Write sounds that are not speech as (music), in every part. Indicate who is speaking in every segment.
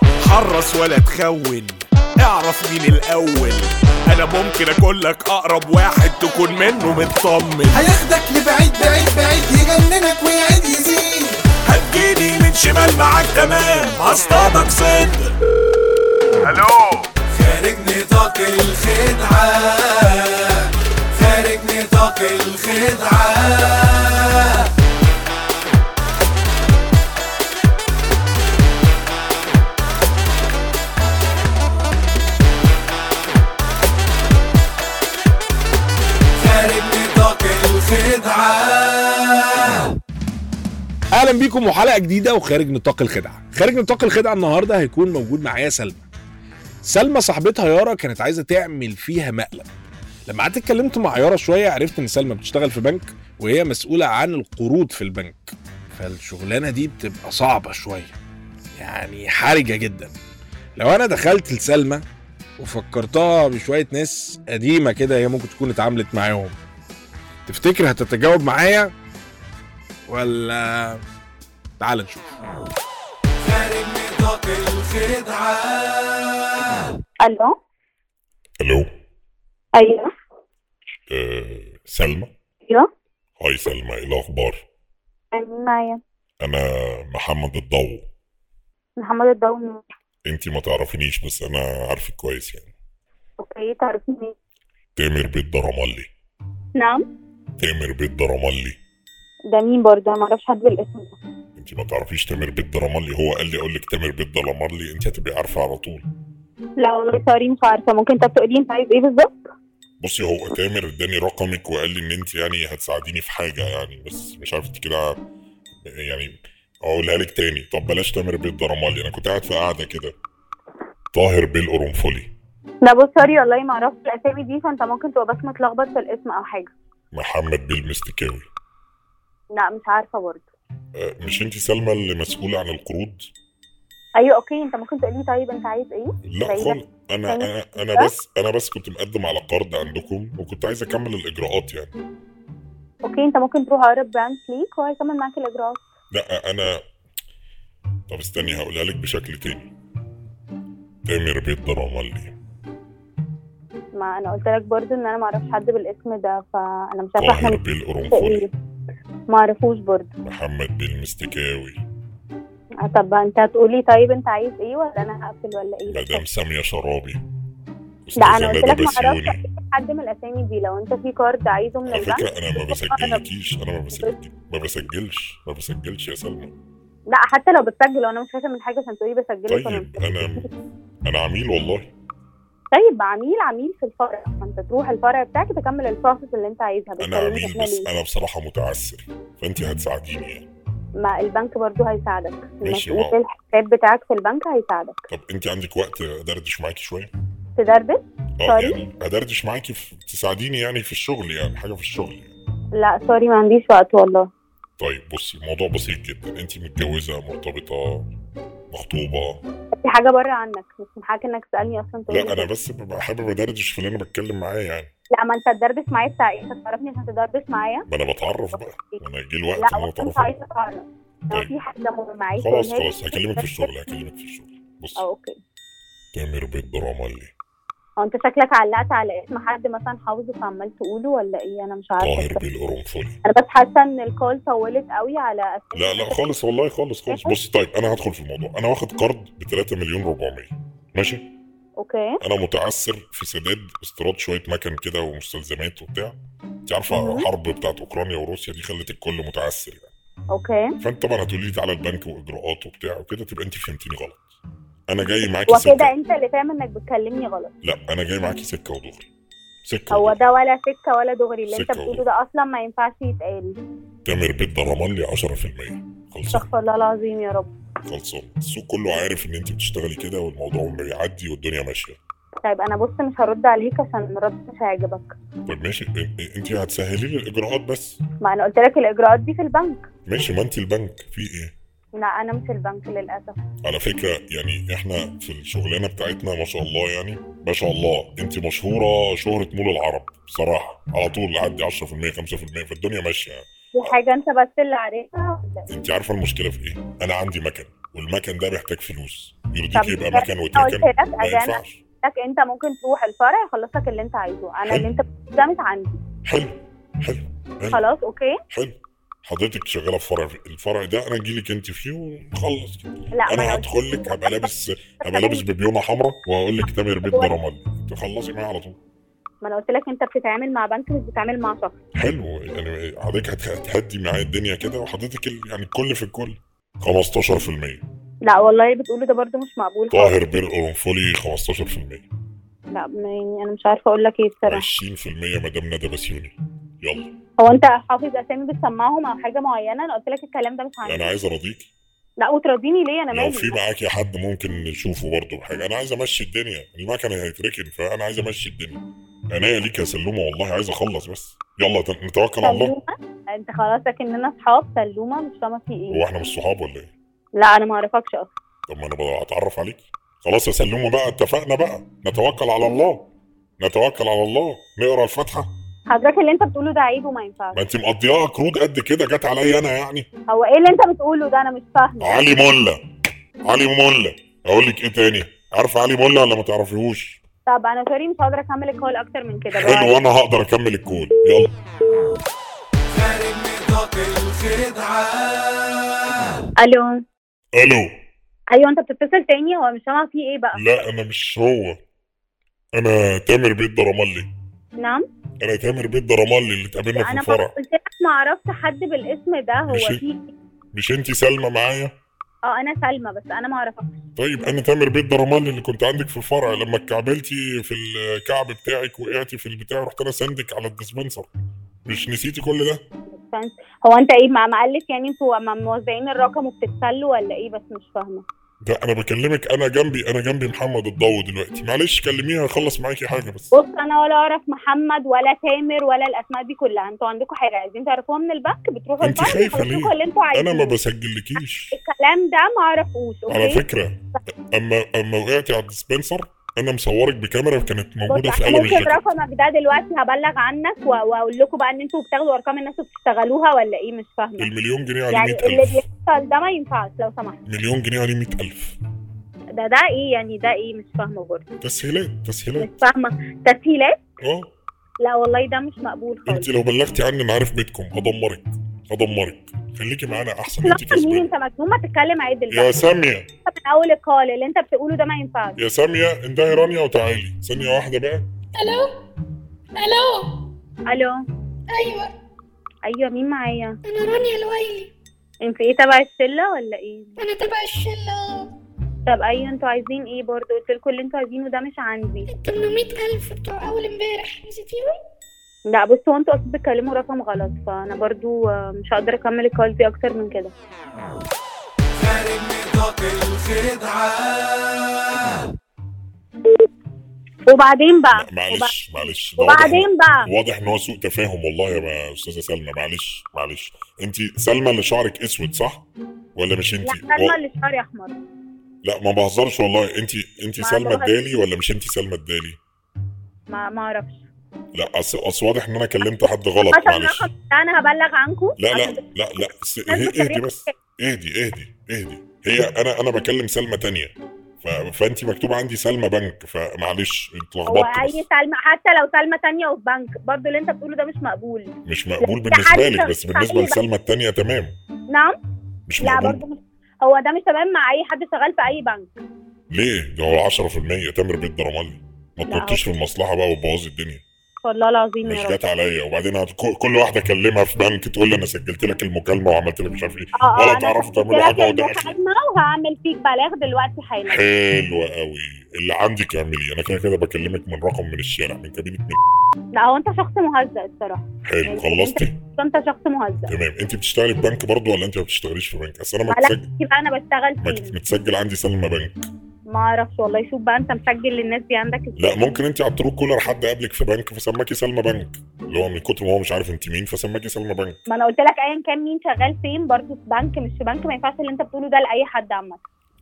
Speaker 1: تتهرس ولا تخون اعرف مين الاول انا ممكن اكون لك اقرب واحد تكون منه مطمن
Speaker 2: هياخدك لبعيد بعيد بعيد يجننك ويعيد يزيد
Speaker 1: هتجيني من شمال معاك تمام هصطادك صدر الو
Speaker 2: خارج نطاق الخدعة خارج نطاق الخدعة خارج نطاق الخدعة
Speaker 3: اهلا بيكم وحلقه جديده وخارج نطاق الخدعه خارج نطاق الخدعه النهارده هيكون موجود معايا سلمى سلمى صاحبتها يارا كانت عايزه تعمل فيها مقلب لما قعدت اتكلمت مع يارا شويه عرفت ان سلمى بتشتغل في بنك وهي مسؤوله عن القروض في البنك فالشغلانه دي بتبقى صعبه شويه يعني حرجه جدا لو انا دخلت لسلمى وفكرتها بشويه ناس قديمه كده هي ممكن تكون اتعاملت معاهم تفتكر هتتجاوب معايا ولا تعال نشوف
Speaker 2: خارج نطاق الخدعة
Speaker 4: الو
Speaker 5: الو
Speaker 4: ايوه
Speaker 5: آه سلمى
Speaker 4: ايوه
Speaker 5: هاي سلمى ايه الاخبار
Speaker 4: أنا معايا
Speaker 5: انا محمد الضو
Speaker 4: محمد الدومي
Speaker 5: انتي ما تعرفينيش بس انا عارفك كويس يعني
Speaker 4: اوكي تعرفيني
Speaker 5: تامر بيت درملي
Speaker 4: نعم
Speaker 5: تامر بيت درملي
Speaker 4: ده مين برضه انا معرفش حد بالاسم ده
Speaker 5: انتي ما تعرفيش تامر بيت درملي هو قال لي اقول لك تامر بيت درملي انتي هتبقي عارفه على طول
Speaker 4: لا والله سوري مش عارفه ممكن انت بتقولي انت عايز ايه بالظبط
Speaker 5: بصي هو تامر اداني رقمك وقال لي ان انتي يعني هتساعديني في حاجه يعني بس مش عارف انت كده يعني اقولها لك تاني طب بلاش تامر بيت درملي انا كنت قاعد في قاعده كده طاهر بيه قرنفلي
Speaker 4: لا بص سوري والله ما اعرفش الاسامي دي فانت ممكن تبقى بس متلخبط في الاسم او حاجه
Speaker 5: محمد بيه المستكاوي
Speaker 4: لا مش عارفه برضه
Speaker 5: آه،
Speaker 4: يعني
Speaker 5: مش انت سلمى اللي مسؤولة عن القروض؟
Speaker 4: ايوه اوكي انت ممكن تقولي طيب انت عايز ايه
Speaker 5: لا
Speaker 4: بعيدة.
Speaker 5: خالص انا انا انا بس انا بس كنت مقدم على قرض عندكم وكنت عايز اكمل الاجراءات يعني
Speaker 4: اوكي انت ممكن تروح اقرب برانش ليك وهيكمل معاك الاجراءات
Speaker 5: لا انا طب استني هقولها لك بشكل تاني تامر بيت درملي
Speaker 4: ما انا قلت لك برضه ان انا ما اعرفش حد بالاسم ده فانا مش عارفه
Speaker 5: طاهر
Speaker 4: احنا
Speaker 5: بيه القرنفلي
Speaker 4: ايه ما اعرفوش برضه
Speaker 5: محمد بيه المستكاوي
Speaker 4: آه، طب انت هتقولي طيب انت عايز ايه ولا انا هقفل ولا ايه
Speaker 5: مدام سامية شرابي
Speaker 4: لا انا قلت
Speaker 5: أستاذة
Speaker 4: لك
Speaker 5: ندى
Speaker 4: ما أيوة. اعرفش
Speaker 5: بسيوني
Speaker 4: حد من الاسامي دي لو انت في كارد عايزه من
Speaker 5: على
Speaker 4: البنك
Speaker 5: فكرة
Speaker 4: (laughs)
Speaker 5: أنا ما بسجلكيش أنا ما بسجل ما بسجلش ما بسجلش يا سلمى
Speaker 4: لا حتى لو بتسجل وانا مش خايفه من حاجه عشان تقولي بسجلك ولا مش
Speaker 5: طيب أنا أنا عميل والله
Speaker 4: طيب عميل عميل في الفرع فانت تروح الفرع بتاعك تكمل البروسس اللي انت عايزها
Speaker 5: انا
Speaker 4: بتكلمني
Speaker 5: عميل
Speaker 4: احنا
Speaker 5: بس
Speaker 4: ليه؟
Speaker 5: انا بصراحه متعسر فانت هتساعديني يعني
Speaker 4: ما البنك برضه هيساعدك
Speaker 5: ماشي،
Speaker 4: المسؤول في
Speaker 5: واو.
Speaker 4: الحساب بتاعك في البنك هيساعدك
Speaker 5: طب انت عندك وقت ادردش معاكي شويه
Speaker 4: تدربس
Speaker 5: اه
Speaker 4: سوري.
Speaker 5: يعني ادردش معاكي في... تساعديني يعني في الشغل يعني حاجه في الشغل يعني.
Speaker 4: لا سوري ما عنديش وقت والله
Speaker 5: طيب بصي الموضوع بسيط جدا انت متجوزه مرتبطه مخطوبه
Speaker 4: في حاجه بره عنك مش من حقك انك تسالني اصلا تقولي
Speaker 5: لا انا بس ببقى حابب ادردش في اللي انا بتكلم معاه يعني
Speaker 4: لا ما انت تدربس معايا بتاع ايه انت تعرفني عشان تدربس معايا
Speaker 5: ما انا بتعرف بقى ما انا جه الوقت
Speaker 4: لا
Speaker 5: ان انا
Speaker 4: وقت انت
Speaker 5: اتعرف
Speaker 4: عايز تعرف لو
Speaker 5: طيب.
Speaker 4: في حاجه مهمه عايز
Speaker 5: خلاص
Speaker 4: تقولها لي،
Speaker 5: خلاص هكلمك في الشغل هكلمك في الشغل بص
Speaker 4: اه اوكي
Speaker 5: تامر بيت درامالي
Speaker 4: هو انت شكلك علقت على اسم حد مثلا حافظه فعمال تقوله ولا ايه انا مش عارفه
Speaker 5: طاهر بالقرنفلي
Speaker 4: انا بس حاسه ان الكول طولت قوي على اسم
Speaker 5: لا لا خالص والله خالص خالص بص طيب انا هدخل في الموضوع انا واخد قرض ب 3 مليون 400 ماشي
Speaker 4: اوكي
Speaker 5: انا متعسر في سداد استيراد شويه مكن كده ومستلزمات وبتاع انت عارفه
Speaker 4: مهم.
Speaker 5: الحرب بتاعت اوكرانيا وروسيا دي خلت الكل متعسر يعني
Speaker 4: اوكي
Speaker 5: فانت طبعا هتقولي لي تعالى البنك واجراءات وبتاع وكده تبقى انت فهمتيني غلط انا جاي معاكي
Speaker 4: وكده
Speaker 5: سكه
Speaker 4: انت اللي فاهم انك بتكلمني غلط
Speaker 5: لا انا جاي معاكي سكه ودغري سكه
Speaker 4: هو
Speaker 5: ودغري
Speaker 4: ده ولا سكه ولا دغري اللي انت
Speaker 5: سكة
Speaker 4: بتقوله
Speaker 5: والله.
Speaker 4: ده اصلا ما ينفعش يتقال
Speaker 5: تامر بيت ضرملي 10% خلصان
Speaker 4: استغفر الله العظيم يا رب
Speaker 5: خلصان السوق كله عارف ان انت بتشتغلي كده والموضوع بيعدي والدنيا ماشيه
Speaker 4: طيب انا بص مش هرد عليك عشان الرد مش هيعجبك
Speaker 5: طب طيب ماشي انت هتسهلي لي الاجراءات بس
Speaker 4: ما انا قلت لك الاجراءات دي في البنك
Speaker 5: ماشي ما انت البنك في ايه
Speaker 4: لا انا مش البنك للاسف
Speaker 5: على فكره يعني احنا في الشغلانه بتاعتنا ما شاء الله يعني ما شاء الله انت مشهوره شهره مول العرب بصراحه على طول عدي 10% 5% فالدنيا ماشيه يعني.
Speaker 4: دي حاجه انت بس اللي عارفها ولا ايه؟
Speaker 5: انت عارفه المشكله في ايه انا عندي مكن والمكان ده محتاج فلوس
Speaker 4: طب
Speaker 5: يرضيك يبقى مكان وتكن
Speaker 4: قلت لك
Speaker 5: ما
Speaker 4: أجانا.
Speaker 5: ينفعش
Speaker 4: لك انت ممكن تروح الفرع يخلص لك اللي انت عايزه انا اللي انت بتقوله ده مش عندي
Speaker 5: حلو حلو حلو
Speaker 4: خلاص اوكي
Speaker 5: حلو حضرتك شغاله في فرع الفرع ده انا اجي لك انت فيه ونخلص كده
Speaker 4: لا ما
Speaker 5: انا
Speaker 4: أنا قلت-
Speaker 5: هدخل لك هبقى لابس هبقى لابس ببيونه حمراء وهقول لك تامر بيت رمالي تخلصي معايا على طول
Speaker 4: ما انا قلت لك انت بتتعامل مع بنك مش بتتعامل مع شخص
Speaker 5: حلو يعني حضرتك هت- هتهدي معايا الدنيا كده وحضرتك ال- يعني الكل في الكل 15%
Speaker 4: لا والله بتقوله ده برضه مش مقبول خالص
Speaker 5: طاهر بير قرنفلي 15%
Speaker 4: لا ما- يعني انا مش عارفه اقول لك ايه الصراحه
Speaker 5: 20% مدام ندى بسيوني يلا
Speaker 4: هو انت حافظ اسامي بتسمعهم او حاجه معينه انا قلت لك الكلام ده مش عندي
Speaker 5: انا يعني عايز اراضيك
Speaker 4: لا وترضيني ليه انا
Speaker 5: لو في
Speaker 4: مالي
Speaker 5: معاكي حد ممكن نشوفه برضه حاجه انا عايز امشي الدنيا المكنه هيتركن فانا عايز امشي الدنيا انا ليك يا سلومه والله عايز اخلص بس يلا ت- نتوكل على الله
Speaker 4: سلومه انت خلاص اننا اصحاب سلومه مش فاهمه في ايه
Speaker 5: هو احنا مش صحاب ولا ايه
Speaker 4: لا انا ما اعرفكش اصلا
Speaker 5: طب ما انا بقى اتعرف عليك خلاص يا سلومه بقى اتفقنا بقى نتوكل على الله نتوكل على الله نقرا الفاتحه
Speaker 4: حضرتك اللي انت بتقوله ده عيب وما ينفعش
Speaker 5: ما انت مقضياها كرود قد كده جت عليا انا يعني
Speaker 4: هو ايه اللي انت بتقوله ده انا مش فاهمه
Speaker 5: علي مله علي مله اقول لك ايه تاني عارف علي مله ولا ما تعرفيهوش
Speaker 4: طب انا سوري مش هقدر اكمل الكول اكتر من كده
Speaker 5: حلو وانا هقدر اكمل الكود يلا
Speaker 2: خارج نطاق الخدعة
Speaker 4: الو
Speaker 5: الو
Speaker 4: ايوه انت بتتصل تاني هو مش فاهمه في ايه بقى
Speaker 5: لا انا مش هو انا تامر بيت رملي
Speaker 4: نعم
Speaker 5: انا تامر بيت رملي اللي اتقابلنا في
Speaker 4: انا ما
Speaker 5: الفرع
Speaker 4: قلت لك ما عرفت حد بالاسم ده هو
Speaker 5: ماشي.
Speaker 4: في إيه؟
Speaker 5: مش انت سلمى معايا
Speaker 4: اه انا سلمى بس انا ما اعرفكش
Speaker 5: طيب انا تامر بيت رملي اللي كنت عندك في الفرع لما اتكعبلتي في الكعب بتاعك وقعتي في البتاع رحت انا سندك على الديسبنسر مش نسيتي كل ده
Speaker 4: فانت- هو انت ايه مع مقلك يعني انتوا ما موزعين الرقم وبتتسلوا ولا ايه بس مش فاهمه
Speaker 5: ده انا بكلمك انا جنبي انا جنبي محمد الضو دلوقتي معلش كلميها اخلص معاكي حاجه بس
Speaker 4: بص انا ولا اعرف محمد ولا تامر ولا الاسماء دي كلها انتوا عندكم حاجه عايزين تعرفوها من البنك بتروحوا
Speaker 5: انت
Speaker 4: البنك
Speaker 5: خايفة
Speaker 4: وتشوفوا
Speaker 5: ليه؟
Speaker 4: اللي انتوا
Speaker 5: انا ما
Speaker 4: عايزينه
Speaker 5: بسجلكيش
Speaker 4: الكلام ده ما اعرفوش
Speaker 5: على
Speaker 4: اوكي
Speaker 5: فكره اما اما وقعتي على الديسبنسر انا مصورك بكاميرا كانت موجوده
Speaker 4: بص
Speaker 5: في قلم
Speaker 4: هنكتب
Speaker 5: الجاكيت
Speaker 4: رقمك ده دلوقتي هبلغ عنك و- واقول لكم بقى ان انتوا بتاخدوا ارقام الناس وبتشتغلوها ولا ايه مش فاهمه
Speaker 5: المليون جنيه عليه
Speaker 4: يعني اللي
Speaker 5: 100000
Speaker 4: بيحصل ده ما ينفعش لو سمحت
Speaker 5: مليون جنيه عليه 100000
Speaker 4: ده ده ايه يعني ده ايه مش فاهمه برضه
Speaker 5: تسهيلات
Speaker 4: مش
Speaker 5: تسهيلات
Speaker 4: فاهمه تسهيلات
Speaker 5: اه
Speaker 4: لا والله ده مش مقبول خالص
Speaker 5: انت لو بلغتي عني انا عارف بيتكم هدمرك هدمرك خليكي معانا احسن انت
Speaker 4: لا، مين
Speaker 5: كسبانه
Speaker 4: انت مجنون ما تتكلم عدل بقى
Speaker 5: يا ساميه
Speaker 4: انت من اول القال اللي انت بتقوله ده ما ينفعش
Speaker 5: يا ساميه اندهي رانيا وتعالي ثانيه واحده بقى
Speaker 6: الو
Speaker 4: الو
Speaker 6: ايوه
Speaker 4: ايوه مين معايا
Speaker 6: انا رانيا الويلي
Speaker 4: انت ايه تبع الشله ولا ايه
Speaker 6: انا تبع الشله
Speaker 4: طب ايوه انتوا عايزين ايه برضه قلت لكم اللي انتوا عايزينه ده مش عندي
Speaker 6: 800 الف بتوع اول امبارح نسيتيهم
Speaker 4: لا بصوا هو انتوا اصلا بتتكلموا رقم غلط فانا برضو آه، مش هقدر اكمل الكول دي اكتر من كده
Speaker 2: خارج نطاق الخدعة
Speaker 4: وبعدين بقى
Speaker 5: معلش معلش ده واضح-
Speaker 4: وبعدين بقى
Speaker 5: واضح ان هو سوء تفاهم والله يا استاذه سلمى معلش معلش انت سلمى اللي شعرك اسود صح ولا مش انت
Speaker 4: لا سلمى اللي شعري احمر
Speaker 5: لا ما بهزرش والله انت انت
Speaker 4: ما
Speaker 5: سلمى
Speaker 4: بهزرش.
Speaker 5: الدالي ولا مش انت سلمى الدالي
Speaker 4: ما ما اعرفش
Speaker 5: لا أص... اصل واضح ان انا كلمت حد غلط
Speaker 4: حصل
Speaker 5: معلش
Speaker 4: الرقم ده انا هبلغ عنكم
Speaker 5: لا لا لا لا س...
Speaker 4: ناس
Speaker 5: هي- اهدي
Speaker 4: بتتريق.
Speaker 5: بس اهدي اهدي اهدي هي انا انا بكلم سلمى تانية ف... فانت مكتوب عندي سلمى بنك فمعلش
Speaker 4: هو
Speaker 5: اتلخبطت
Speaker 4: اي
Speaker 5: بس.
Speaker 4: سلمى حتى لو سلمى تانية وفي بنك برضه اللي انت بتقوله ده مش مقبول
Speaker 5: مش مقبول
Speaker 4: ده
Speaker 5: بالنسبه
Speaker 4: حاجة
Speaker 5: لك بس بالنسبه
Speaker 4: مستحيلة.
Speaker 5: لسلمى التانية تمام
Speaker 4: نعم
Speaker 5: مش
Speaker 4: لا
Speaker 5: مقبول
Speaker 4: برضه مش هو ده مش تمام مع اي حد شغال في اي بنك
Speaker 5: ليه؟ ده هو 10% تامر بيت رمالي ما
Speaker 4: لا.
Speaker 5: تنطيش في المصلحه بقى وتبوظي الدنيا
Speaker 4: والله العظيم
Speaker 5: مش
Speaker 4: يا رب
Speaker 5: جت عليا وبعدين هت- كل- كل واحده اكلمها في بنك تقول لي انا سجلت لك المكالمه وعملت لك مش عارف ايه
Speaker 4: اه
Speaker 5: ولا
Speaker 4: اه انا
Speaker 5: تعرفوا
Speaker 4: قلت
Speaker 5: تعملوا
Speaker 4: لك
Speaker 5: حاجه وده أخير.
Speaker 4: المكالمه وهعمل فيك بلاغ دلوقتي حالا
Speaker 5: حلوه قوي اللي عندك اعمليه انا كده كده بكلمك من رقم من الشارع من كابينه من
Speaker 4: لا هو انت شخص مهزأ الصراحه
Speaker 5: حلو خلصتي
Speaker 4: انت شخص مهزأ
Speaker 5: تمام انت بتشتغلي في بنك برضه ولا انت ما بتشتغليش في بنك اصل انا متسجل
Speaker 4: معلش بقى انا بشتغل
Speaker 5: مك-
Speaker 4: فيه
Speaker 5: متسجل عندي سلمى بنك
Speaker 4: ما اعرفش والله شوف بقى انت مسجل للناس دي عندك
Speaker 5: لا
Speaker 4: ازاي
Speaker 5: ممكن انت على الترو كولر حد قابلك في بنك فسماكي سلمى بنك اللي هو من كتر ما هو مش عارف انت مين فسماكي سلمى بنك
Speaker 4: ما انا قلت لك ايا كان مين شغال فين برضه في بنك مش في بنك ما ينفعش اللي انت بتقوله ده لاي حد عامه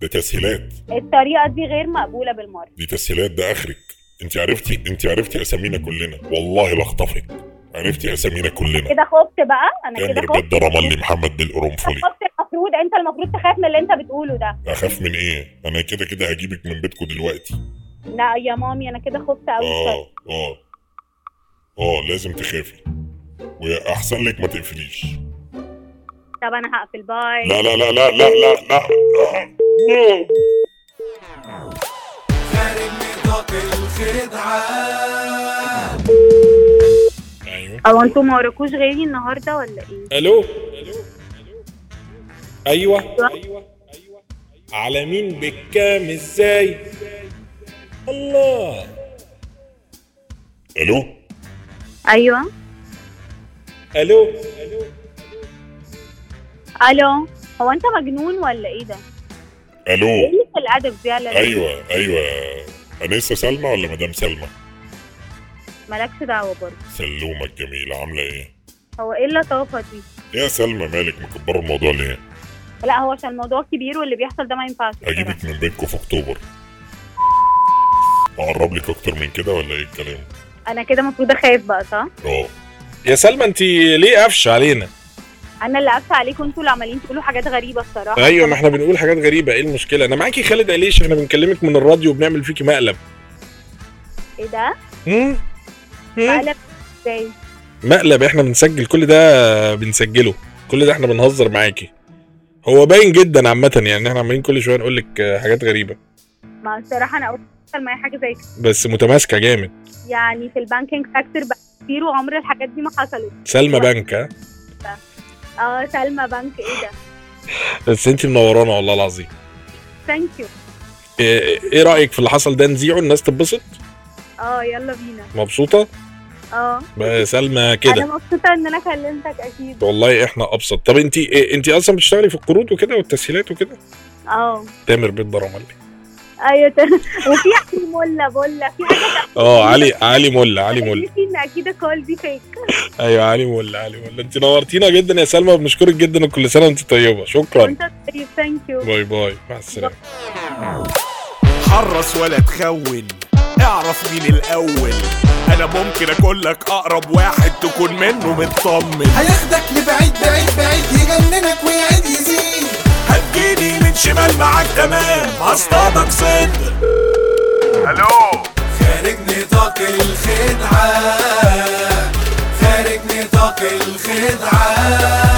Speaker 5: ده تسهيلات
Speaker 4: الطريقه دي غير مقبوله بالمره
Speaker 5: دي تسهيلات ده اخرك انت عرفتي انت عرفتي اسامينا كلنا والله لاخطفك عرفتي اسامينا كلنا
Speaker 4: كده خفت بقى انا كده
Speaker 5: تامر
Speaker 4: خفت
Speaker 5: بيد رملي محمد بالقرنفلي
Speaker 4: خفت المفروض انت المفروض تخاف من اللي انت بتقوله ده
Speaker 5: اخاف من ايه انا كده كده هجيبك من بيتكم دلوقتي
Speaker 4: لا يا مامي انا كده خفت قوي
Speaker 5: اه اه اه لازم تخافي واحسن لك ما تقفليش
Speaker 4: طب انا هقفل باي
Speaker 5: لا لا لا لا لا لا لا
Speaker 2: خارج نطاق الخدعة
Speaker 3: ايوه
Speaker 4: او انتوا ما وراكوش غيري النهارده ولا ايه؟
Speaker 3: الو
Speaker 5: أيوة.
Speaker 3: ايوه على مين بالكام ازاي الله
Speaker 5: الو
Speaker 4: ايوه
Speaker 3: الو
Speaker 4: الو هو انت مجنون ولا ايه ده؟ ايه
Speaker 5: الو
Speaker 4: قلة الادب دي على
Speaker 5: ايوه ايوه انسه سلمى ولا مدام سلمى
Speaker 4: مالكش دعوه برضه
Speaker 5: سلومه الجميله عامله ايه
Speaker 4: هو ايه اللطافه دي؟
Speaker 5: يا سلمى مالك مكبره الموضوع ليه
Speaker 4: لا هو عشان الموضوع كبير واللي بيحصل ده ما ينفعش بصراحة.
Speaker 5: هجيبك من بيتكم في اكتوبر اقرب لك اكتر من كده ولا ايه الكلام
Speaker 4: انا كده المفروض اخاف بقى صح؟
Speaker 5: اه
Speaker 3: يا سلمى انت ليه قافشه علينا
Speaker 4: انا اللي قفت عليكم انتوا اللي عمالين تقولوا حاجات غريبه الصراحه
Speaker 3: ايوه ما احنا بنقول حاجات غريبه ايه المشكله انا معاكي خالد عليش احنا بنكلمك من الراديو وبنعمل فيكي مقلب
Speaker 4: ايه ده؟
Speaker 3: مم؟ مم؟
Speaker 4: بقلب ازاي؟
Speaker 3: مقلب احنا بنسجل كل ده بنسجله كل ده احنا بنهزر معاكي هو باين جدا عامه يعني احنا عمالين كل شويه نقول لك آه، حاجات غريبه
Speaker 4: ما الصراحه انا اول مرة يحصل معايا حاجه زي كده
Speaker 3: بس متماسكه جامد
Speaker 4: يعني في البانكينج فاكتور بقى كتير وعمر الحاجات دي ما حصلت
Speaker 3: سلمى بنك ها؟
Speaker 4: اه سلمى بنك ايه ده؟
Speaker 3: بس انت منورانا والله العظيم
Speaker 4: ثانك يو
Speaker 3: ايه إيه رايك في اللي حصل ده نذيعه الناس تتبسط
Speaker 4: اه يلا بينا
Speaker 3: مبسوطه
Speaker 4: اه
Speaker 3: بقى سلمى
Speaker 4: انا
Speaker 3: كده
Speaker 4: مبسوطه ان انا كلمتك اكيد
Speaker 3: والله احنا ابسط طب انت إيه انت اصلا بتشتغلي في القروض وكده والتسهيلات وكده
Speaker 4: اه
Speaker 3: تامر بيت ضرملي
Speaker 4: ايوه تمام. وفي علي ملا بولا في حاجه
Speaker 3: اه علي علي ملا علي ملا
Speaker 4: تحسسني ان اكيد الكول دي فيك
Speaker 3: ايوه علي ملا علي ملا انت نورتينا جدا يا سلمى وبنشكرك جدا وكل سنه وانت طيبه شكرا
Speaker 4: وانت طيب ثانك يو
Speaker 3: باي باي مع السلامه
Speaker 1: حرص ولا تخون اعرف مين الاول انا ممكن اكون لك اقرب واحد تكون منه مطمن
Speaker 2: هياخدك لبعيد بعيد بعيد يجننك ويعيد يزيد
Speaker 1: هتجيني من شمال معاك تمام هصطادك صدر الو
Speaker 2: خارج نطاق الخدعة خارج نطاق الخدعة